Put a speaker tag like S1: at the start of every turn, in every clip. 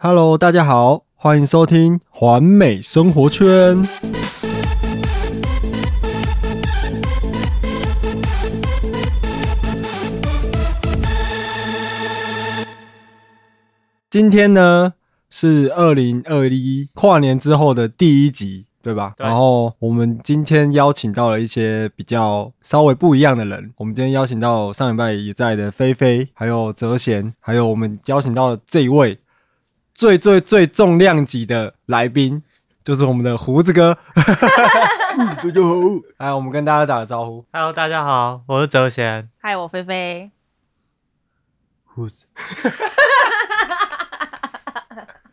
S1: Hello，大家好，欢迎收听环美生活圈。今天呢是二零二一跨年之后的第一集，对吧？
S2: 对
S1: 然后我们今天邀请到了一些比较稍微不一样的人。我们今天邀请到上礼拜也在的菲菲，还有哲贤，还有我们邀请到这一位最最最重量级的来宾，就是我们的胡子 哥。大家好， 来，我们跟大家打个招呼。
S2: Hello，大家好，我是哲贤。
S3: 嗨，我菲菲，
S1: 胡子。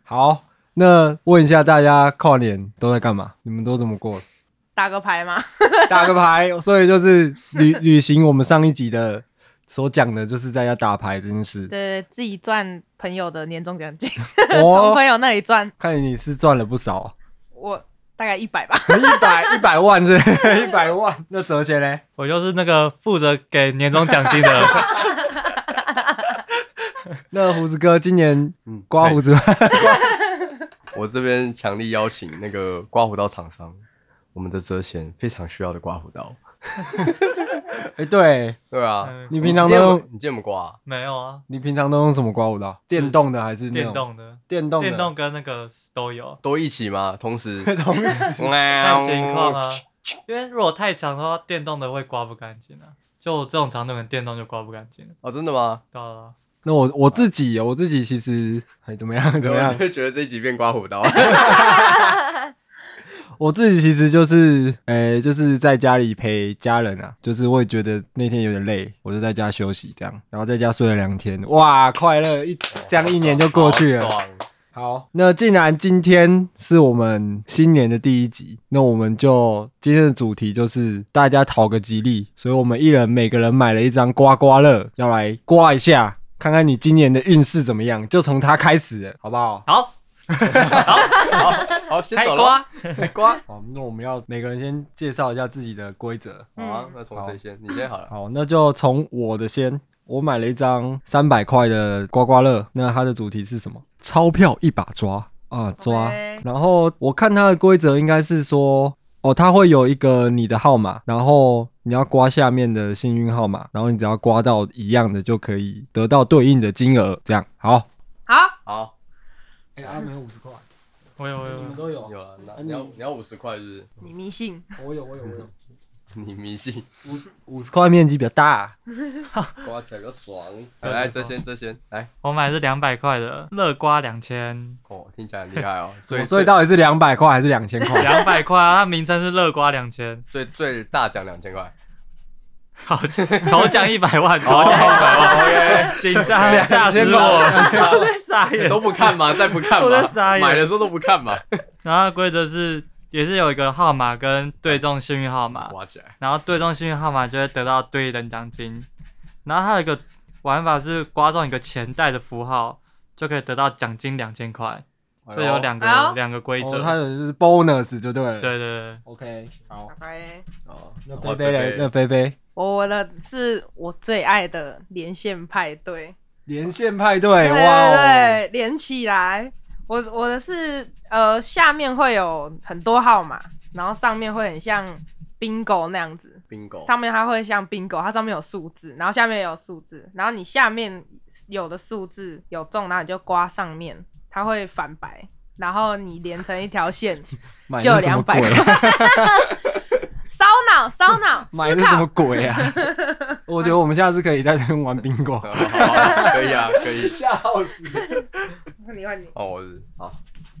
S1: 好，那问一下大家跨年都在干嘛？你们都怎么过？
S3: 打个牌吗？
S1: 打个牌，所以就是履履行我们上一集的所讲的，就是在家打牌这件事。
S3: 对，自己赚朋友的年终 奖金，从
S1: 哦
S3: 朋，友那里赚，
S1: 看你是赚了不少，啊
S3: 我大概一百吧。
S1: 一百一百万是 一百万。那哲学嘞？
S2: 我就是那个负责给年终奖金的人，
S1: 那胡子哥今年
S4: 嗯
S1: 刮胡子吗？
S4: 我这边强力邀请那个刮胡刀厂商，我们的哲贤非常需要的刮胡刀。
S1: 哎， 对
S4: 对啊，
S2: 嗯
S1: 你平常都
S4: 见我
S1: 用
S4: 你见我们刮啊、
S2: 没有啊，
S1: 你平常都用什么刮胡刀？电动的还是那
S2: 电
S1: 种
S2: 动的，
S1: 电动的
S2: 电动跟那个都有，
S4: 都一起吗？同时，
S1: 同时
S2: 看
S4: 看
S2: 情况啊。因为如果太长的话，电动的会刮不干净啊。就我这种长度，可能电动就刮不干净了。
S4: 哦，真的吗？
S2: 对啊，
S1: 那我我自己，哦我自己其实哎怎么样怎么
S4: 我
S1: 样
S4: 就？会觉得这一集变刮胡刀。
S1: 我自己其实就是呃、就是在家里陪家人啊，就是我也觉得那天有点累，我就在家休息这样，然后在家睡了两天，哇，快乐一这样一年 就过去了
S4: 好。爽
S1: 好，那既然今天是我们新年的第一集，那我们就今天的主题就是大家讨个吉利，所以我们一人每个人买了一张刮刮乐，要来刮一下，看看你今年的运势怎么样，就从它开始了，好不好？
S2: 好，
S4: 好，先
S2: 开
S4: 走了。
S2: 刮。
S4: 开 刮。
S1: 好，那我们要每个人先介绍一下自己的规则。
S4: 好啊
S3: 嗯，
S4: 那从谁先？你先好了。
S1: 好，那就从我的先。我买了一张三百块的刮刮乐，那它的主题是什么？钞票一把抓啊抓
S3: OK
S1: 然后我看它的规则应该是说，哦，它会有一个你的号码，然后你要刮下面的幸运号码，然后你只要刮到一样的就可以得到对应的金额，这样好。
S3: 好，
S4: 好，
S1: 哎、阿美五十块，
S2: 我有我有，我有
S1: 都有
S4: 有了。那
S1: 啊
S4: 你要
S1: 你
S4: 你要五十块是不是？
S3: 你迷信，
S1: 我有，我有，我有。
S4: 你迷信，
S1: 五十五十块面积比较大，
S4: 刮起来比较爽。来，这先这先来。
S2: 我买的是两百块的乐刮两千，
S4: 哦，听起来很厉 害哦。所
S1: 所
S4: 以
S1: 以所以到底是两百块还是两千块？
S2: 两百块啊，它 名称是乐刮两千，
S4: 最最大奖两千 块。
S2: 好，头奖一百
S1: 哦
S2: 万，头奖一百万。
S4: OK。
S2: 紧张，吓死我了！ 我在傻眼。
S4: 都不 看吗？再不看
S2: 我在傻
S4: 吗？
S2: 眼
S4: 买的时候都不 看吗？
S2: 然后规则是，也是有一个号码跟对中幸运号码，
S4: 刮起来，
S2: 然后对中幸运号码就会得到对应的奖金。然后还有一个玩法是刮中一个钱袋的符号，就可以得到奖金两千块。所以有两个、
S3: 哎呦
S2: 两个规
S1: 哦
S2: 则。
S1: 它的是 bonus 就对了。
S2: 对对对，
S1: ，OK，好
S3: 打。牌。
S4: 哦，
S1: 那
S4: 好
S1: 菲
S4: 吧
S1: 菲嘞？那菲菲
S3: 我我的是我最爱的连线派对，
S1: 连线派对，
S3: 对
S1: 哇哦！
S3: 对对，连起来。我我的是呃，下面会有很多号码，然后上面会很像 bingo 那样子，
S4: bingo，
S3: 上面它会像 bingo，它上面有数字，然后下面也有数字，然后你下面有的数字有中，然后你就刮上面，它会反白，然后你连成一条 线。
S1: 买
S3: 就
S1: 的是什么
S3: 200
S1: 鬼？啊
S3: 烧脑，烧 脑，
S1: 买
S3: 思
S1: 的是什么
S3: 考。
S1: 鬼啊？我觉得我们下次可以在这边玩冰果
S4: 好，啊可以 啊，可以。
S1: 笑死！
S3: 你看你，
S4: 哦，我是好，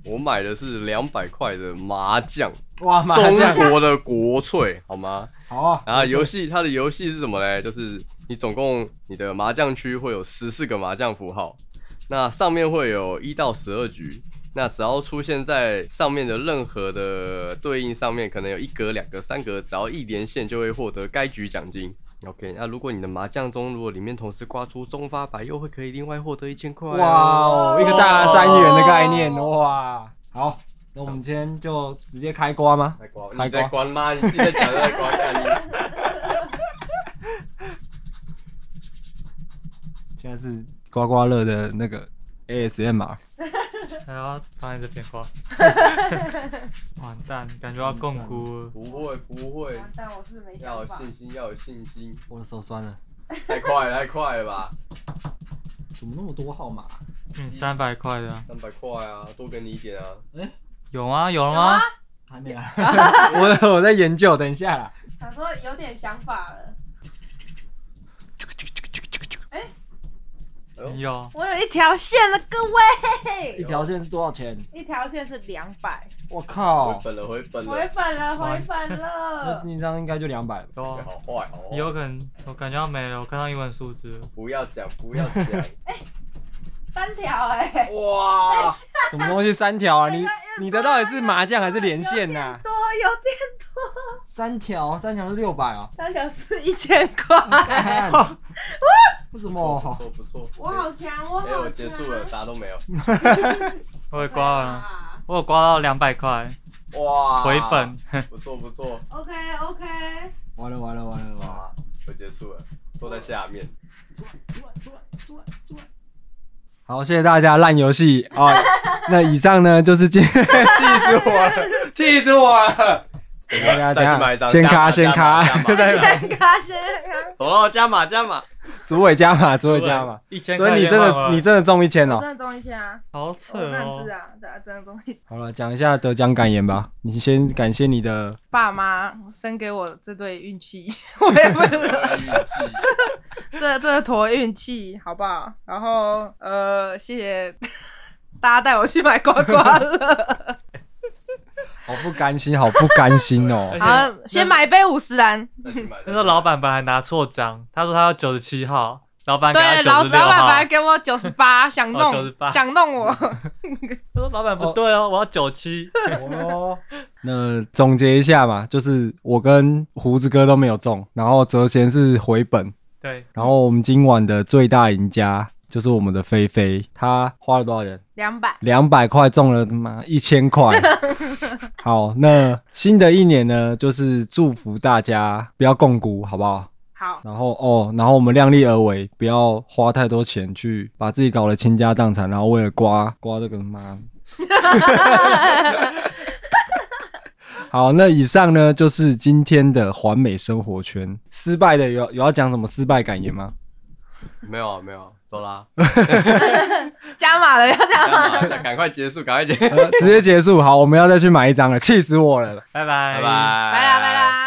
S4: 我买的是两百块的麻将，
S1: 哇，麻将
S4: 中国的国粹，好吗？
S1: 好啊！
S4: 然后游戏它的游戏是什么嘞？就是你总共你的麻将区会有十四个麻将符号，那上面会有一到十二局。那只要出现在上面的任何的对应上面，可能有一格、两格、三格，只要一连线就会获得该局奖金。OK，那如果你的麻将中如果里面同时刮出中发白，又会可以另外获得一千块、哦。
S1: 哇哦，一个大三元的概念，
S3: 哦
S1: 哇！好，那我们今天就直接开刮吗？
S4: 来刮，
S1: 开
S4: 你在关吗？你自己在讲在关，看你
S1: 现在是刮刮乐的那个 ASMR。
S2: 还要哎放在这边挂。完蛋，感觉要共估 了。
S4: 不会不会，
S3: 但我是没
S4: 要有信心，要有信心。
S1: 我的手酸了，
S4: 太快了，太快了吧？
S1: 怎么那么多号码？
S2: 嗯，三百块的啊
S4: 三百块啊，多给你一点啊。
S2: 有吗？有了
S3: 有啊
S2: 吗？
S1: 还没来， 我我在研究，等一下啦。
S3: 想说有点想法了。
S4: 哎呦
S2: 有。
S3: 我有一条线了，各位，
S1: 一条线是多少钱？
S3: 一条线是两百，
S1: 我
S4: 回
S1: 靠，
S4: 本了，回本了
S3: 回，本了，
S2: 完
S3: 回
S1: 那
S3: 本 了。
S1: 那张应该就两百。
S2: 有
S4: 哎
S2: 啊，
S4: 好坏好
S2: 有
S4: 坏，
S2: 可能我感觉要没了，我看到英文数字了。
S4: 不要讲，不要 讲。
S3: 三条哎、欸，
S4: 哇，
S2: 哎
S1: 什么东西三条啊？你
S3: 哎呀
S1: 你的到底是麻将还是连线呐、
S3: 有点多有点多，
S1: 三条，三条是六百啊？
S3: 三条是一千块。
S1: 干为什
S4: 不
S1: 么？
S4: 错不错。
S3: 我好啊强，我好
S4: 哎，
S3: 强。
S4: 我结束了，啥都没有。
S2: 我也刮了，我有刮到两百块
S4: 哇，
S2: 回本。
S4: 不错不错。
S3: OK OK，
S1: 完了完了完了完了！
S4: 哇，我结束了，坐在下面。
S1: 好，谢谢大家烂游戏啊！那以上呢就是今 气死我了，气死我了！等一下等
S4: 再去买
S1: 一
S4: 一
S1: 下，
S4: 张，
S1: 先
S4: 卡
S1: 卡先
S4: 卡，
S1: 卡，
S4: 加 码加码
S3: 先卡先卡，
S4: 走了，加码加码。
S1: 组委加码，组委加码。
S2: 一千
S1: 所
S2: 块
S1: 以你
S2: 也
S1: 真
S2: 换
S1: 的
S2: 完
S1: 你真的中一千哦
S3: 真。的中一下啊，
S2: 好扯
S3: 我认
S2: 哦
S3: 字。啊，对啊，真的中一。
S1: 好了，讲一下得奖感言吧。你先感谢你的，
S3: 爸妈生给我这对运气， 我也不知道。
S2: 哎
S4: 运气，
S3: 这这坨运气，好不好？然后呃，谢谢 大家带我去买刮刮乐。
S1: 好不甘心，好不甘心哦。
S3: 好，先买一杯五十兰。
S4: 再去买
S2: 那时候老板本来拿错张，他说他要九十七号，老板给他
S3: 对，
S2: 九
S3: 老
S2: 十
S3: 老
S2: 六号。
S3: 板本来给我九 十八，想弄、
S2: 98
S3: 想弄我。
S2: 他说老板不对哦，我要九 七。
S1: 哦， 那总结一下嘛，就是我跟胡子哥都没有中，然后哲贤是回本，
S2: 对，
S1: 然后我们今晚的最大赢家就是我们的菲菲，她花了多少钱？
S3: 两百，
S1: 两百块中了他妈一千 块。好，那新的一年呢，就是祝福大家不要共股，好不好？
S3: 好，
S1: 然后哦，然后我们量力而为，不要花太多钱去把自己搞得倾家荡产，然后为了刮刮这个妈。好，那以上呢就是今天的环美生活圈。失败的有有要讲什么失败感言吗？
S4: 没有啊没有啊，走啦，
S3: 加码了，要这样。
S4: 加码赶赶快结束，赶快结束，
S1: 呃直接结束。好，我们要再去买一张了，气死我了。
S2: 拜拜
S4: 拜拜，
S3: 拜啦拜啦。